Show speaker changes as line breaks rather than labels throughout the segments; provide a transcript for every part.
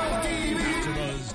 AfterBuzz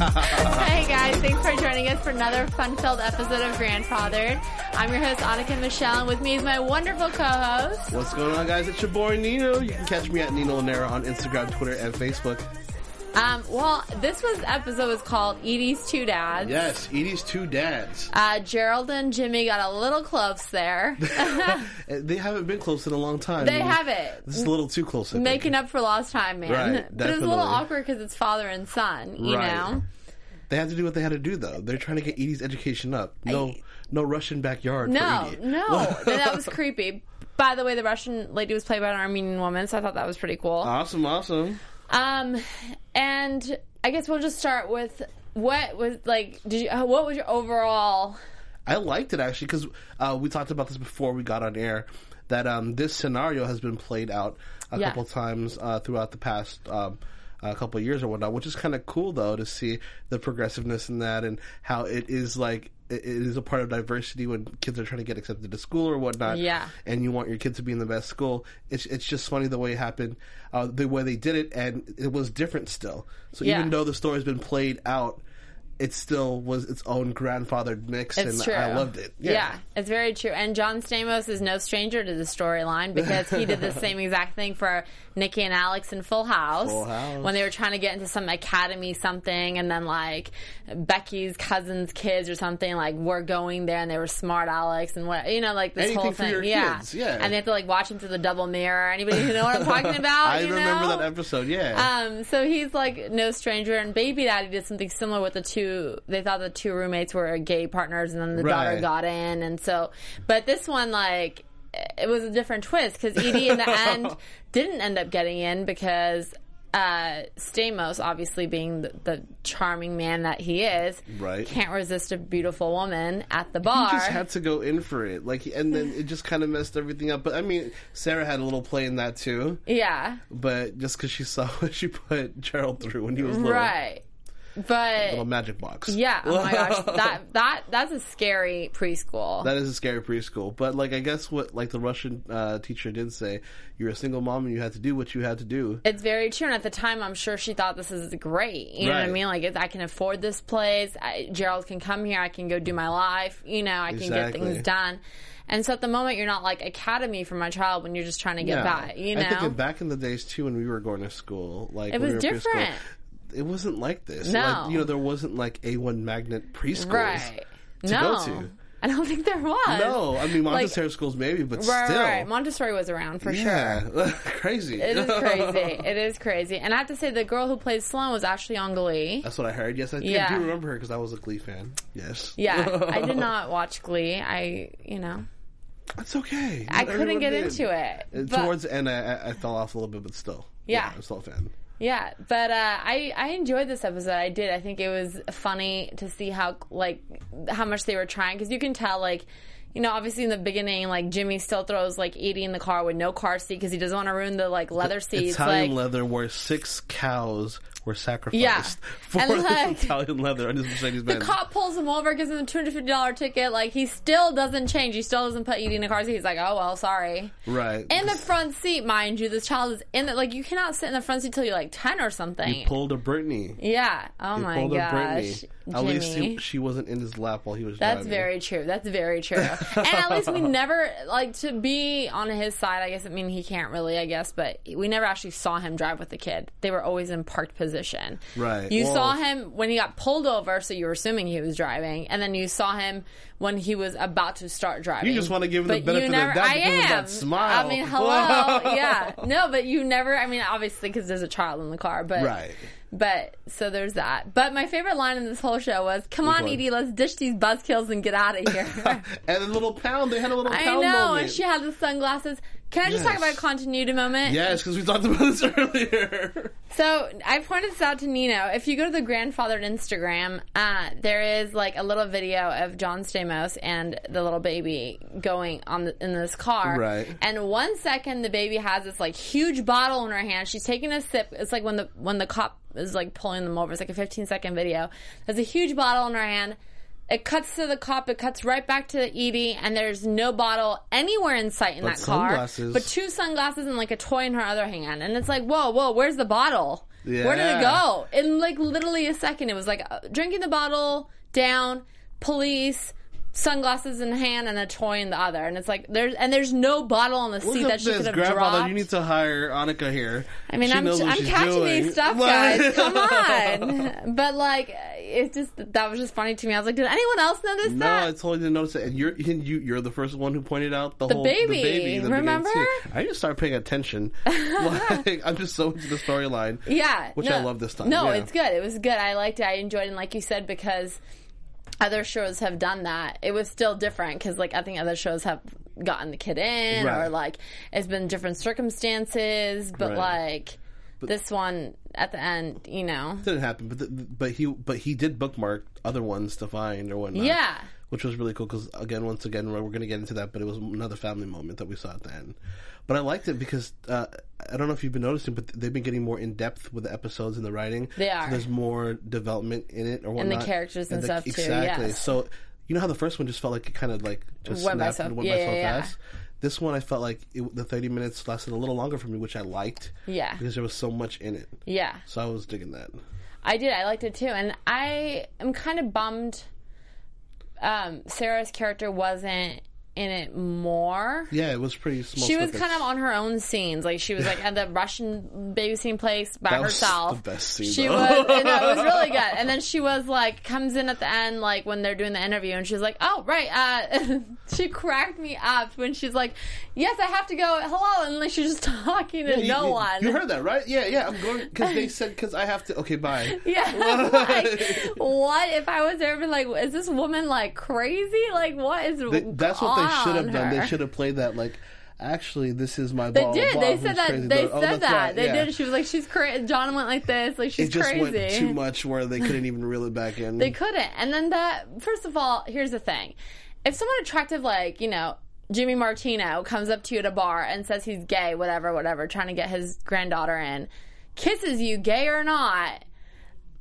Justin. hey guys, thanks for joining us for another fun-filled episode of Grandfathered. I'm your host Annika Michelle, and with me is my wonderful co-host.
What's going on, guys? It's your boy Nino. You can catch me at Nino Onera on Instagram, Twitter, and Facebook.
Um, well, this was episode was called Edie's Two Dads.
Yes, Edie's two dads.
Uh, Gerald and Jimmy got a little close there.
Uh, They haven't been close in a long time.
They haven't.
This is a little too close. I think.
Making up for lost time, man.
Right,
but it was a little
definitely.
awkward because it's father and son, you
Right.
know?
They had to do what they had to do, though. They're trying to get Edie's education up. No, no Russian backyard.
No,
for Edie.
no. that was creepy. By the way, the Russian lady was played by an Armenian woman, so I thought that was pretty cool.
Awesome, awesome.
Um, and I guess we'll just start with what was like. Did you? uh, What was your overall?
I liked it actually because uh, we talked about this before we got on air. That um, this scenario has been played out a
Yeah.
couple times uh, throughout the past um, a couple of years or whatnot, which is kind of cool though to see the progressiveness in that and how it is like it it is a part of diversity when kids are trying to get accepted to school or whatnot.
Yeah.
and you want your kid to be in the best school. It's it's just funny the way it happened, uh, the way they did it, and it was different still. So
Yeah.
even though the story's been played out. It still was its own grandfathered mix,
It's
and
true.
I loved it.
Yeah. it's very true. And John Stamos is no stranger to the storyline because he did the same exact thing for Nikki and Alex in Full House,
Full House.
when they were trying to get into some academy something, and then like Becky's cousin's kids or something like were going there, and they were smart Alex and what you know like this
Anything
whole
for
thing,
your
yeah.
kids, yeah.
And they have to like watch him through the double mirror. Anybody who know what I'm talking about?
I
you
remember
know?
that episode. Yeah,
Um, so he's like no stranger, and Baby Daddy did something similar with the two. They thought the two roommates were gay partners, and then the daughter
Right.
got in, and so. But this one, like, it was a different twist because Edie in the end didn't end up getting in because uh, Stamos, obviously being the, the charming man that he is,
Right.
can't resist a beautiful woman at the bar.
he just had to go in for it. Like, and then it just kind of messed everything up. But I mean, Sarah had a little play in that too.
yeah,
But just because she saw what she put Gerald through when he was little,
right. But
little magic box.
Yeah. Oh my gosh. That that that's a scary preschool.
That is a scary preschool, but like I guess what like the Russian uh, teacher did say, you're a single mom and you had to do what you had to do.
it's very true, and at the time, I'm sure she thought this is great. You know what I
Right.
mean? Like, if I can afford this place, I, Gerald can come here. I can go do my life. You know, I can get
Exactly.
things done. And so, at the moment, you're not like academy for my child when you're just trying to get by. You know,
I think in back in the days too when we were going to school, like
it
when
was
we were preschool,
different,
It wasn't like this.
No.
like, you know there wasn't like a one magnet preschools.
right?
to
no,
go to.
I don't think there was.
No, I mean
Like-
Montessori schools maybe, but
Right,
still,
right, right. Montessori was around for sure.
yeah, crazy.
It is crazy. it is crazy. And I have to say, the girl who played Sloan was Ashley on Glee.
That's what I heard. Yes, I, think
Yeah.
I do remember her because I was a Glee fan. Yes,
Yeah, I did not watch Glee. I, you know,
that's okay.
I couldn't get into it. But,
Towards the end, I, I- I fell off a little bit, but still,
Yeah.
I'm still a fan.
yeah, but uh, I I enjoyed this episode. I did. I think it was funny to see how like how much they were trying because you can tell like. You know, obviously in the beginning, like Jimmy still throws like eighty in the car with no car seat because he doesn't want to ruin the like leather seats.
Italian
like,
leather, where six cows were sacrificed
Yeah.
for
And, like,
this Italian leather on this Mercedes
the
Benz.
cop pulls him over, gives him a two hundred fifty dollar ticket. Like he still doesn't change. He still doesn't put eighty in the car seat. He's like, oh well, sorry.
right
in the front seat, mind you. This child is in the like you cannot sit in the front seat till you're like ten or something.
He pulled a Brittany.
yeah. Oh
He
my
pulled a
gosh,
Brittany.
Jimmy.
At least he, she wasn't in his lap while he was
That's
driving.
very true. That's very true. and at least we never like to be on his side. I guess I mean he can't really. I guess, but we never actually saw him drive with the kid. They were always in parked position.
Right.
You
Well-
saw him when he got pulled over, so you were assuming he was driving, and then you saw him when he was about to start driving.
just wanna give him the
But you
benefit of the
never-
doubt
I
because of that
am.
smile.
I mean, hello, yeah, no, but you never. I mean, obviously, because there's a child in the car, but
Right.
But so there's that. But my favorite line in this whole show was, "Come on,
one?
Edie, let's dish these buzzkills and get out of here."
and a little pound. They had a little
I know,
pound moment.
and she had the sunglasses. Can I just talk
Yes.
about a continuity moment?
yes, because we talked about this earlier.
So I pointed this out to Nino. If you go to the grandfathered Instagram, uh, there is like a little video of John Stamos and the little baby going on the, in this car.
Right.
And one second, the baby has this like huge bottle in her hand. She's taking a sip. It's like when the when the cop is like pulling them over. It's like a 15 second video. There's a huge bottle in her hand. It cuts to the cop. It cuts right back to the Edie, and there's no bottle anywhere in sight in
But
that car.
sunglasses.
But two sunglasses and like a toy in her other hand, and it's like, whoa, whoa, where's the bottle? Where did
Yeah.
it go? In like literally a second, it was like uh, drinking the bottle down, police, sunglasses in hand, and a toy in the other. And it's like there's and there's no bottle on the
Look
seat
up
that she could
this,
have
grandfather.
dropped.
You need to hire Annika here.
I mean,
she
I'm,
knows what
I'm
she's
catching
doing.
these stuff,
Well-
guys. Come on. But like, it just that was just funny to me. I was like, did anyone else notice
No,
that?
I totally didn't notice it. And you're and you, you're the first one who pointed out the, whole
baby,
the baby. in The beginning
remember?
scene. I need to start paying attention. like, I'm just so into the storyline.
Yeah,
which
no.
I love this time.
No,
Yeah.
it's good. It was good. I liked it. I enjoyed it. And like you said, because other shows have done that, it was still different. Because like I think other shows have gotten the kid in,
Right.
or like it's been different circumstances. But
Right.
like this one at the end, you know,
didn't happen, but the, but he but he did bookmark other ones to find or whatnot.
Yeah.
which was really cool because again, once again, we're, we're going to get into that, but it was another family moment that we saw at the end. But I liked it because uh, I don't know if you've been noticing, but they've been getting more in depth with the episodes and the writing.
They
So
are.
there's more development in it or whatnot,
the characters and stuff, too,
Exactly.
yes.
So you know how the first one just felt like it kind of like just
Went by
snapped
so-
and went
yeah,
by so
yeah, yeah.
fast. This one, I felt like it, the 30 minutes lasted a little longer for me, which I liked.
Yeah.
Because there was so much in it.
yeah.
So I was digging that.
I did. I liked it too, and I am kind of bummed. Um, Sarah's character wasn't in it more.
Yeah, it was pretty small.
She was
snippets.
kind of on her own scenes. Like she was like at the Russian babysitting place by
That was
herself.
the best scene,
She
though.
was, and that was really good. And then she was like, comes in at the end, like when they're doing the interview, and she's like, "Oh right," uh, she cracked me up when she's like, "Yes, I have to go." Hello, and like she's just talking to
You-
no
you,
one.
You heard that, right? Yeah, yeah. I'm going because they said because I have to. Okay, bye.
Yeah. like, what if I was there? and Been like, is this woman like crazy? Like, what is?
They- that's what they
on
should have done.
her?
They should have played that like. Actually, this is my.
They
blah,
did.
Blah,
they
who's
said that.
crazy,
They
blah. Oh,
said
that's
that.
right,
They
yeah.
did. She was like, she's crazy. John went like this. Like she's
It just
crazy.
went too much where they couldn't even reel it back in.
They couldn't. And then that. First of all, here's the thing: if someone attractive, like you know. Jimmy Martino comes up to you at a bar and says he's gay, whatever, whatever, trying to get his granddaughter in, kisses you, gay or not,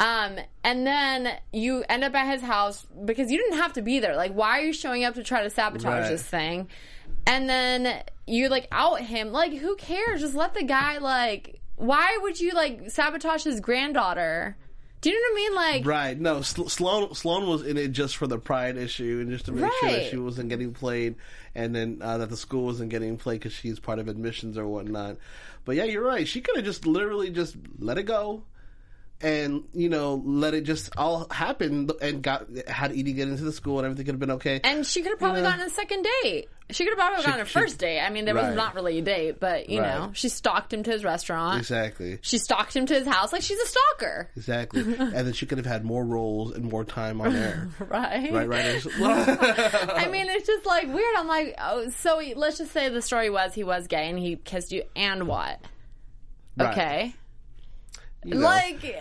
um, and then you end up at his house because you didn't have to be there. Like, why are you showing up to try to sabotage
Right.
this thing? And then you like out him. Like, who cares? Just let the guy like. Why would you like sabotage his granddaughter? Do you know what I mean? Like,
Right. No, Sl- Sloan Sloan was in it just for the pride issue and just to make sure that
Right.
she wasn't getting played, and then uh, that the school wasn't getting played because she's part of admissions or whatnot. But yeah, you're right. She could have just literally just let it go, and you know, let it just all happen, and got had Edie get into the school and everything could have been okay.
and she could have probably gotten a second date. She could have probably gotten a
she-
first date. I mean, there
Right.
was not really a date, but you
Right.
know, she stalked him to his restaurant.
exactly.
She stalked him to his house. Like, she's a stalker,
Exactly. and then she could have had more roles and more time on air.
right?
right. Right.
I mean, it's just like weird. I'm like, oh, so he, let's just say the story was he was gay and he kissed you, and what?
Right.
Okay,
You know.
like.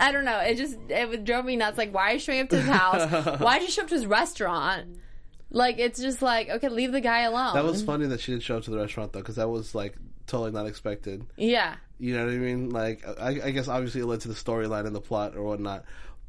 I don't know. It just it would drove me nuts. Like, why are you showing up to his house? why did you show up to his restaurant? Like, it's just like okay, leave the guy alone.
That was funny that she didn't show up to the restaurant though, because that was like totally not expected.
yeah,
You know what I mean? Like, I, I guess obviously it led to the storyline and the plot or whatnot.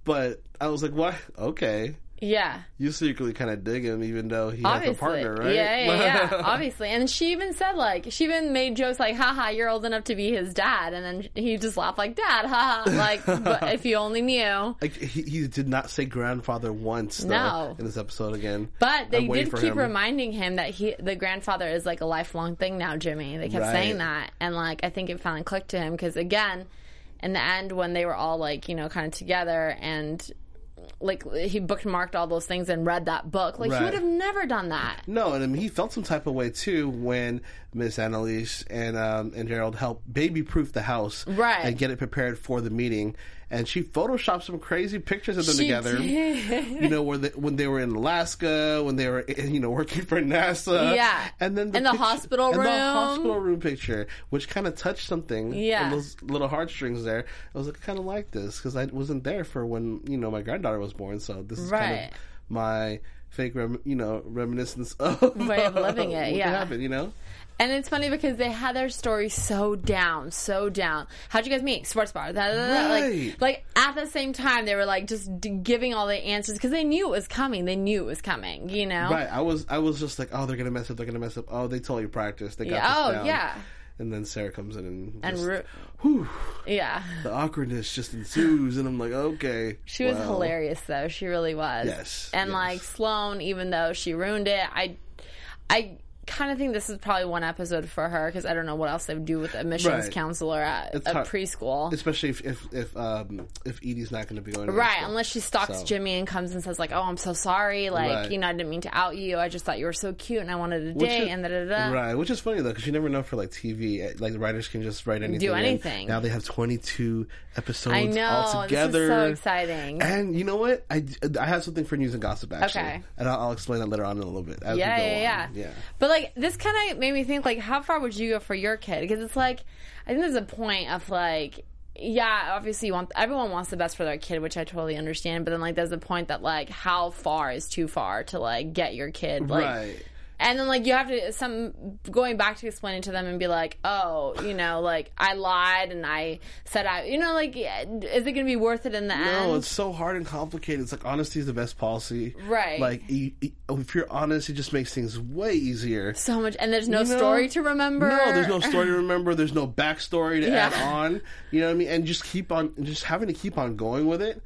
But I was like, what? Okay.
yeah.
You secretly kind of dig him, even though he has a
Obviously.
partner, right?
Yeah, yeah, yeah. Obviously. And she even said, like, she even made jokes like, haha, you're old enough to be his dad. And then he just laughed, like, dad, haha. Like, but if you only knew.
Like he, he did not say grandfather once though,
No.
in this episode again.
But they
I'm waiting
did
for
keep
him.
reminding him that he, the grandfather is like a lifelong thing now, Jimmy. They kept
Right.
saying that. And like, I think it finally clicked to him because, again, in the end, when they were all like, you know, kind of together and like he bookmarked all those things and read that book, like,
Right.
he would have never done that.
No, and I mean, he felt some type of way too when Miss Annalise and um, and Gerald helped baby proof the house,
Right.
and get it prepared for the meeting. And she photoshopped some crazy pictures of them
She
together. You know, where they, when they were in Alaska, when they were eh, you know working for NASA,
Yeah.
and then
And the hospital
and the
room.
hospital room picture, which kind of touched something,
Yeah.
in those little heartstrings there. I was like, kind of like this because I wasn't there for when you know my granddaughter was born, so this is kind
Right.
of my fake rem- you know reminiscence of
Way of living it,
what
yeah.
happened, you know
And it's funny because they had their story so down, so down. How'd you guys meet? Sports bar. Da, da, da, da.
Right.
Like, like at the same time, they were like just d- giving all the answers because they knew it was coming. They knew it was coming. You know.
right i was i was just like oh they're gonna mess up they're gonna mess up oh they totally practiced they got
Yeah,
this
oh,
down.
yeah.
and then sarah comes in and,
And
just-
Ru-
whew,
yeah,
the awkwardness just ensues and i'm like okay
she was
wow.
hilarious though. She really was.
Yes,
And
yes.
like Sloane, even though she ruined it, I, I kind of think this is probably one episode for her because I don't know what else they would do with admissions
Right.
counselor at
It's
a
hard-
preschool.
especially if if if, um, if edie's not gonna be going to
Right,
school.
unless she stalks
So-
Jimmy and comes and says like, "Oh, I'm so sorry. Like,
Right.
you know, I didn't mean to out you. I just thought you were so cute and I wanted to
Which
date."
is-
and da da da.
Right, which is funny though, because you never know for like TV, eh, like the writers can just write anything. in.
anything.
Now they have twenty two episodes
I know,
all
this is
together.
so exciting.
And you know what? I, I have something for news and gossip actually,
Okay.
and I'll, I'll explain that later on in a little bit. as we
Yeah,
go
yeah, yeah,
on. yeah.
But like, this kind of made me think like, how far would you go for your kid? Because it's like, I think there's a point of like. Yeah, obviously you want everyone wants the best for their kid, which I totally understand. But then like, there's a point that like, how far is too far to like get your kid like
right.
And then like you have to some going back to explaining to them and be like, oh, you know, like I lied and I said I, you know, like is it going to be worth it in the end?
No, Oh, it's so hard and complicated. It's like honesty is the best policy.
Right.
Like you, you- if you're honest, it just makes things way easier.
so much, and there's no
You know?
story to remember.
No, there's no story to remember. There's no backstory to
Yeah.
add on. You know what I mean? And just keep on, just having to keep on going with it.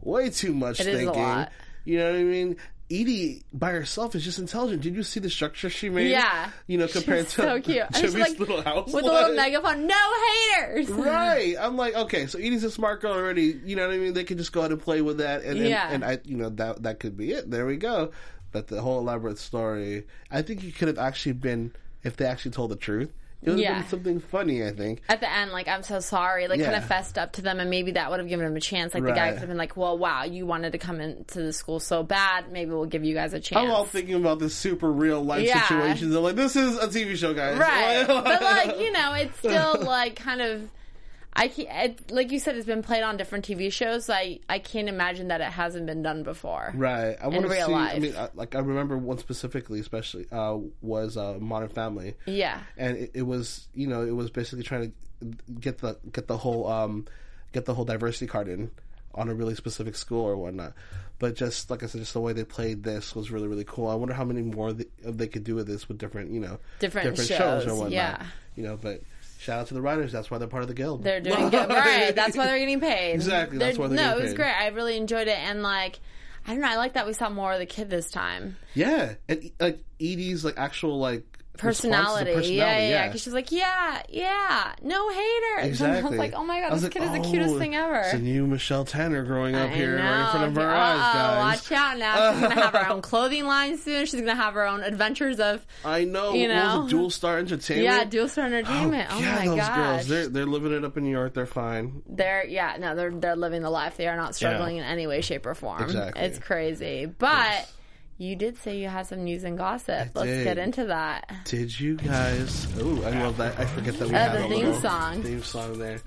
Way too much
It is a
thinking.
lot.
You know what I mean? Edie by herself is just intelligent. Did you see the structure she made?
Yeah,
You know, compared
She's
to
so cute. And she's,
Jimmy's
like,
little house
with a little megaphone. No haters.
Right, I'm like, okay, so Edie's a smart girl already. You know what I mean? They can just go out and play with that, and and,
Yeah.
and I, you know, that that could be it. There we go. But the whole elaborate story, I think it could have actually been if they actually told the truth. It would have
Yeah.
been something funny, I think.
At the end, like I'm so sorry, like
Yeah.
kind of fessed up to them, and maybe that would have given him a chance. Like the guy
Right.
could have been like, "Well, wow, you wanted to come into the school so bad. Maybe we'll give you guys a chance."
I'm all thinking about the super real life
Yeah.
situations. I'm like, this is a TV show, guys.
right but like you know it's still like kind of i can it, like you said it's been played on different tv shows so i i can't imagine that it hasn't been done before
Right. I want to see.
real
I
life.
mean, I, like I remember one specifically, especially uh, was uh, Modern Family.
Yeah.
And it, it was, you know, it was basically trying to get the get the whole um, get the whole diversity card in on a really specific school or whatnot. But just like I said, just the way they played this was really really cool. I wonder how many more th- they could do with this with different, you know,
Different shows, yeah.
You know, but shout out to the writers. That's why they're part of the guild.
they're doing good right that's why they're getting paid
Exactly, that's why they're
no
getting
it was
paid.
great i really enjoyed it and like i don't know i like that we saw more of the kid this time
Yeah, and e, like Edie's like actual like response to
personality, yeah
personality,
yeah because she's like yeah yeah no haters and i was
Exactly.
like oh my god
I was
this
like,
kid is the
"Oh,
cutest thing ever
It's a new Michelle Tanner growing up
I
here right in
know.
front of our
Uh-oh,
eyes, guys.
Watch out now. She's going to have her own clothing line soon. She's going to have her own adventures of,
I know.
You
What was
know?
it, Dual Star Entertainment?
yeah, Dual Star Entertainment. Oh,
yeah,
my
those
gosh.
girls. They're,
They're,
they're living it up in New York. They're fine.
yeah, no, they're, they're living the life. They are not struggling in any way, shape, or form.
Exactly.
It's crazy. But you did say you had some news and gossip. Let's
did.
get into that.
Did you guys? Oh, I love that. I forget that we had
Uh, the
a
theme
little
song.
Theme song there.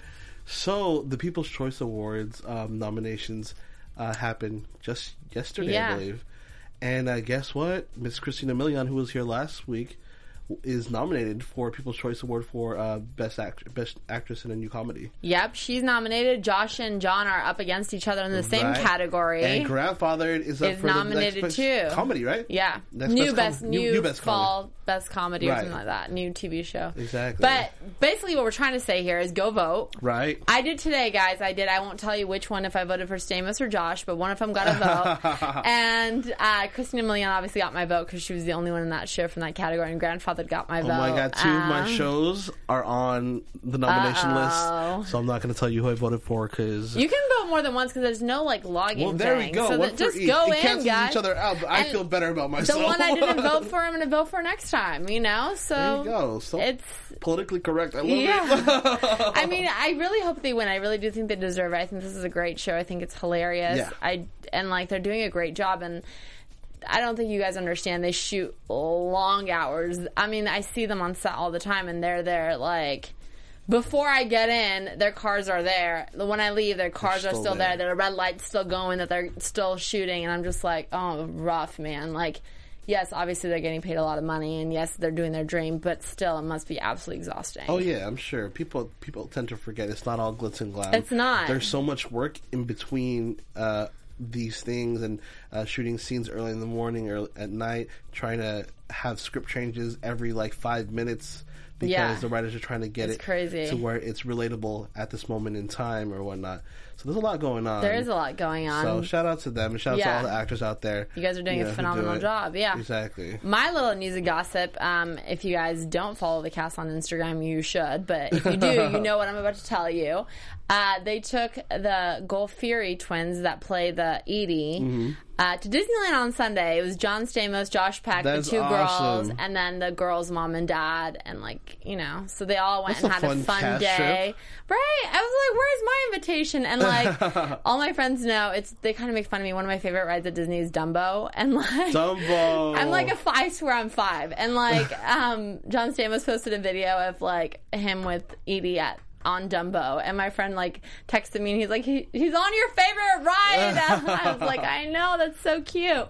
So the People's Choice Awards um, nominations uh, happened just yesterday,
Yeah.
I believe. And uh, guess what? Miss Christina Milian, who was here last week, is nominated for People's Choice Award for uh, best act- best actress in a new comedy.
Yep, she's nominated. Josh and John are up against each other in the same
Right.
category.
And Grandfathered is up
Is
for
nominated
the next
too.
best comedy, right?
Yeah.
Next
new
best com-
best, new,
best
fall
comedy.
best comedy or
Right.
something like that. New TV show.
Exactly.
But basically what we're trying to say here is go vote.
Right.
I did today, guys. I did. I won't tell you which one if I voted for Stamos or Josh, but one of them got a vote. and uh, Christina Milian obviously got my vote because she was the only one in that show from that category, and Grandfather got my
Oh
vote.
my god, two of my
Um,
shows are on the nomination
Uh-oh.
list. So I'm not going to tell you who I voted for because.
You can vote more than once because there's no like login.
well, there we
thing.
go.
So
One
that-
for
just
each.
go
it
in,
cancels
guys.
each other out, but
And
I feel better about
The
myself.
one I didn't vote for, I'm going to vote for next time. You know, so
There you go. So
it's
politically correct. I love it.
Yeah. I mean, I really hope they win. I really do think they deserve it. I think this is a great show. I think it's hilarious.
Yeah.
I and like they're doing a great job and I don't think you guys understand. They shoot long hours. I mean, I see them on set all the time and they're there like before I get in, their cars are there. When I leave, their cars
They're
are
still
still there.
there.
Their red light's still going that they're still shooting and I'm just like, "Oh, rough, man." Like Yes, obviously they're getting paid a lot of money, and yes, they're doing their dream, but still, it must be absolutely exhausting.
Oh yeah, I'm sure people people tend to forget it's not all glitz and glam.
It's not.
There's so much work in between uh, these things and uh, shooting scenes early in the morning or at night, trying to have script changes every like five minutes because
Yeah.
the writers are trying to get
It's
it
crazy.
to where it's relatable at this moment in time or whatnot. So there's a lot going on.
There is a lot going on.
So shout out to them and shout out
Yeah.
to all the actors out there. You
guys are doing a
who do
phenomenal
it.
job, yeah.
Exactly.
My little news and gossip. Um, if you guys don't follow the cast on Instagram, you should. But if you do, you know what I'm about to tell you. Uh, they took the Golfieri twins that play the Edie
Mm-hmm.
uh, to Disneyland on Sunday. It was John Stamos, Josh Pack, the
That's
two
awesome.
girls, and then the girls' mom and dad, and like you know. So they all went
That's
and
a
had a
fun
fun
cast
day,
trip.
right? I was like, "Where's my invitation?" And like all my friends know, it's they kind of make fun of me. One of my favorite rides at Disney is Dumbo, and like
Dumbo.
I'm like a f- I swear I'm five. And like um John Stamos posted a video of like him with Edie at on Dumbo and my friend like texted me and he's like he, he's on your favorite ride. And I was like I know that's so cute.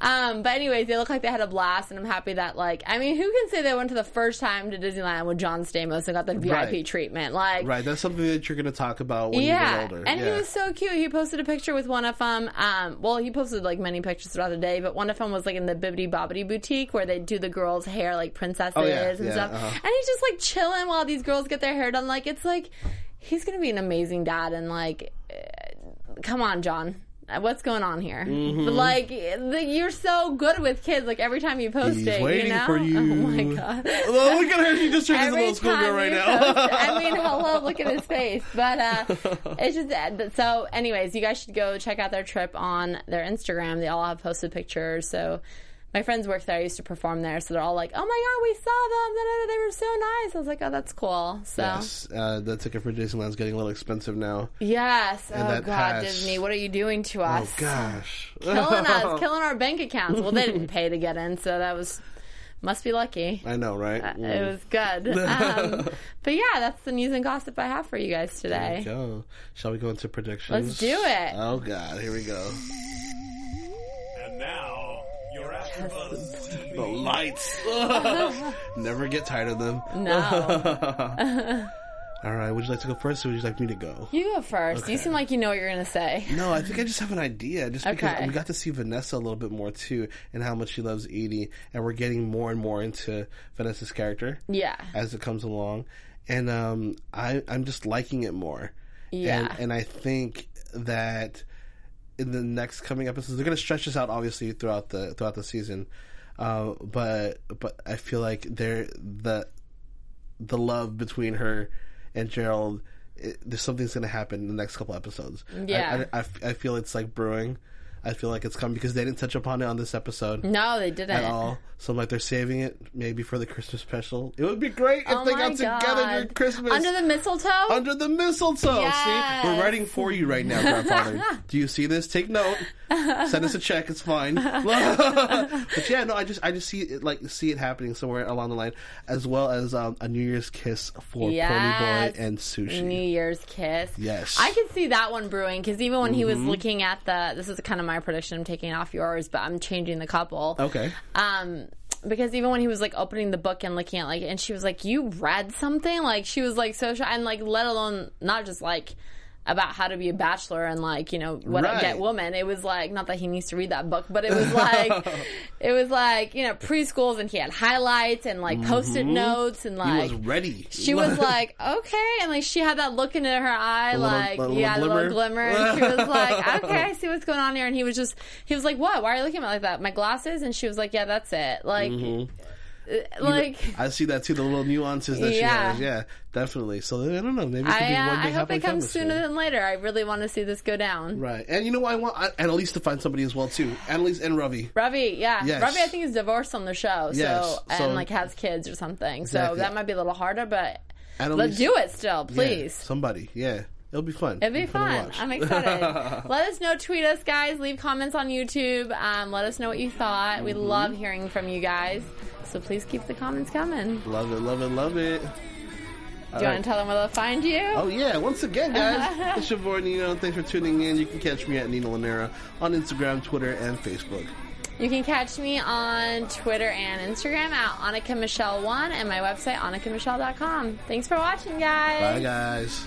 Um but anyways they look like they had a blast and I'm happy that like I mean who can say they went to the first time to Disneyland with John Stamos and got the VIP
Right.
treatment like
Right, that's something that you're going to talk about when
yeah,
you get older.
and he
Yeah.
was so cute. He posted a picture with one of them. Um, well, he posted like many pictures throughout the day, but one of them was like in the Bibbidi Bobbidi boutique where they do the girls' hair like princesses
yeah,
and
yeah,
stuff.
uh-huh.
And he's just like chilling while these girls get their hair done. Like it's like he's gonna be an amazing dad. And like, eh, come on, John. Uh, What's going on here?
Mm-hmm.
But like, the, you're so good with kids. Like every time you post
He's
it,
waiting
you know.
for you.
Oh my god!
Well, look at her. She just turned into a
Every
little schoolgirl
time
right
you
now.
post- I mean, hello, look at his face. But uh, it's just that. So, anyways, you guys should go check out their trip on their Instagram. They all have posted pictures. So, my friends work there. I used to perform there. So, they're all like, oh my God, we saw them. Da, da, da, They were so nice. I was like, oh, that's cool. So, yes.
Yes, uh, the ticket for Disneyland's getting a little expensive now.
Oh, God,
that pass.
Disney, what are you doing to us?
Oh gosh,
Killing us, killing our bank accounts. Well, they didn't pay to get in. So, that was, must be lucky.
I know, right?
Uh, It was good. Um, but yeah, that's the news and gossip I have for you guys
There we
today.
go. Shall we go into predictions?
Let's do it.
Oh god, here we go.
And now, your AfterBuzz
The
TV
lights. Never get tired of them.
No.
All right, would you like to go first, or would you like me to go?
You go first. You seem like you know what you're going to say.
No, I think I just have an idea. Just because
Okay.
we got to see Vanessa a little bit more too, and how much she loves Edie, and we're getting more and more into Vanessa's character.
Yeah.
as it comes along, and um, I I'm just liking it more.
Yeah.
and, and I think that in the next coming episodes, they're going to stretch this out obviously throughout the throughout the season. Uh, but but I feel like there the the love between her and Gerald. It, there's something's going to happen in the next couple episodes. I-
Yeah.
I, I f- I feel it's like brewing. I feel like it's coming because they didn't touch upon it on this episode
No, they didn't.
at all. So I'm like, they're saving it maybe for the Christmas special. It would be great if
Oh
they
my
got together
God.
during Christmas
Under the mistletoe?
under the mistletoe.
Yes.
See, we're writing for you right now, grandfather. Do you see this? Take note. Send us a check. It's fine. but yeah, no, I just I just see it like see it happening somewhere along the line, as well as um, a New Year's kiss for
Yes.
Pony Boy and Sushi.
New Year's kiss.
Yes. Mm-hmm.
I could see that one brewing because even when he was looking at the, this is kind of my prediction. I'm taking off yours, but I'm changing the couple.
okay.
Um, because even when he was like opening the book and looking at like and she was like you read something like she was like so shy and like let alone not just like about how to be a bachelor and like you know what a
Right.
get woman it was like not that he needs to read that book but it was like it was like you know preschools and he had highlights and like post-it notes and
Mm-hmm. He
like
was ready.
she was like, okay, and like she had that look in her eye,
little-
like
a little
yeah, the little
glimmer.
glimmer. And she was like, okay, I see what's going on here. And he was just, he was like, what? Why are you looking at me like that? My glasses? And she was like, yeah, that's it. Like,
Mm-hmm.
uh, like.
I see that too. The little nuances that she
Yeah.
has. Yeah, definitely. So I don't know. Maybe it could
I,
be
uh,
one day
I hope
happen
it comes
chemistry.
sooner than later. I really want to see this go down.
Right, and you know what I want I- Annalise to find somebody as well too. Annalise and Ravi.
Ravi, yeah,
Yes.
Ravi, I think is divorced on the show,
Yes,
so and
so-
like has kids or something. So
Exactly.
that might be a little harder, but let's
Annalise,
do it still,
Yeah,
please.
somebody. Yeah, it'll be fun.
It'd be fun. I'm excited. let us know. Tweet us, guys. Leave comments on YouTube. Um, let us know what you thought. We love hearing from you guys. So please keep the comments coming. Do
love it. Love it. Love it.
you want to tell them where they'll find you?
Oh yeah! Once again, guys, it's your boy Nino. Thanks for tuning in. You can catch me at Nino Lanera on Instagram, Twitter, and Facebook.
You can catch me on Twitter and Instagram at Annika Michelle One and my website AnnikaMichelle.com. Thanks for watching, guys.
Bye, guys.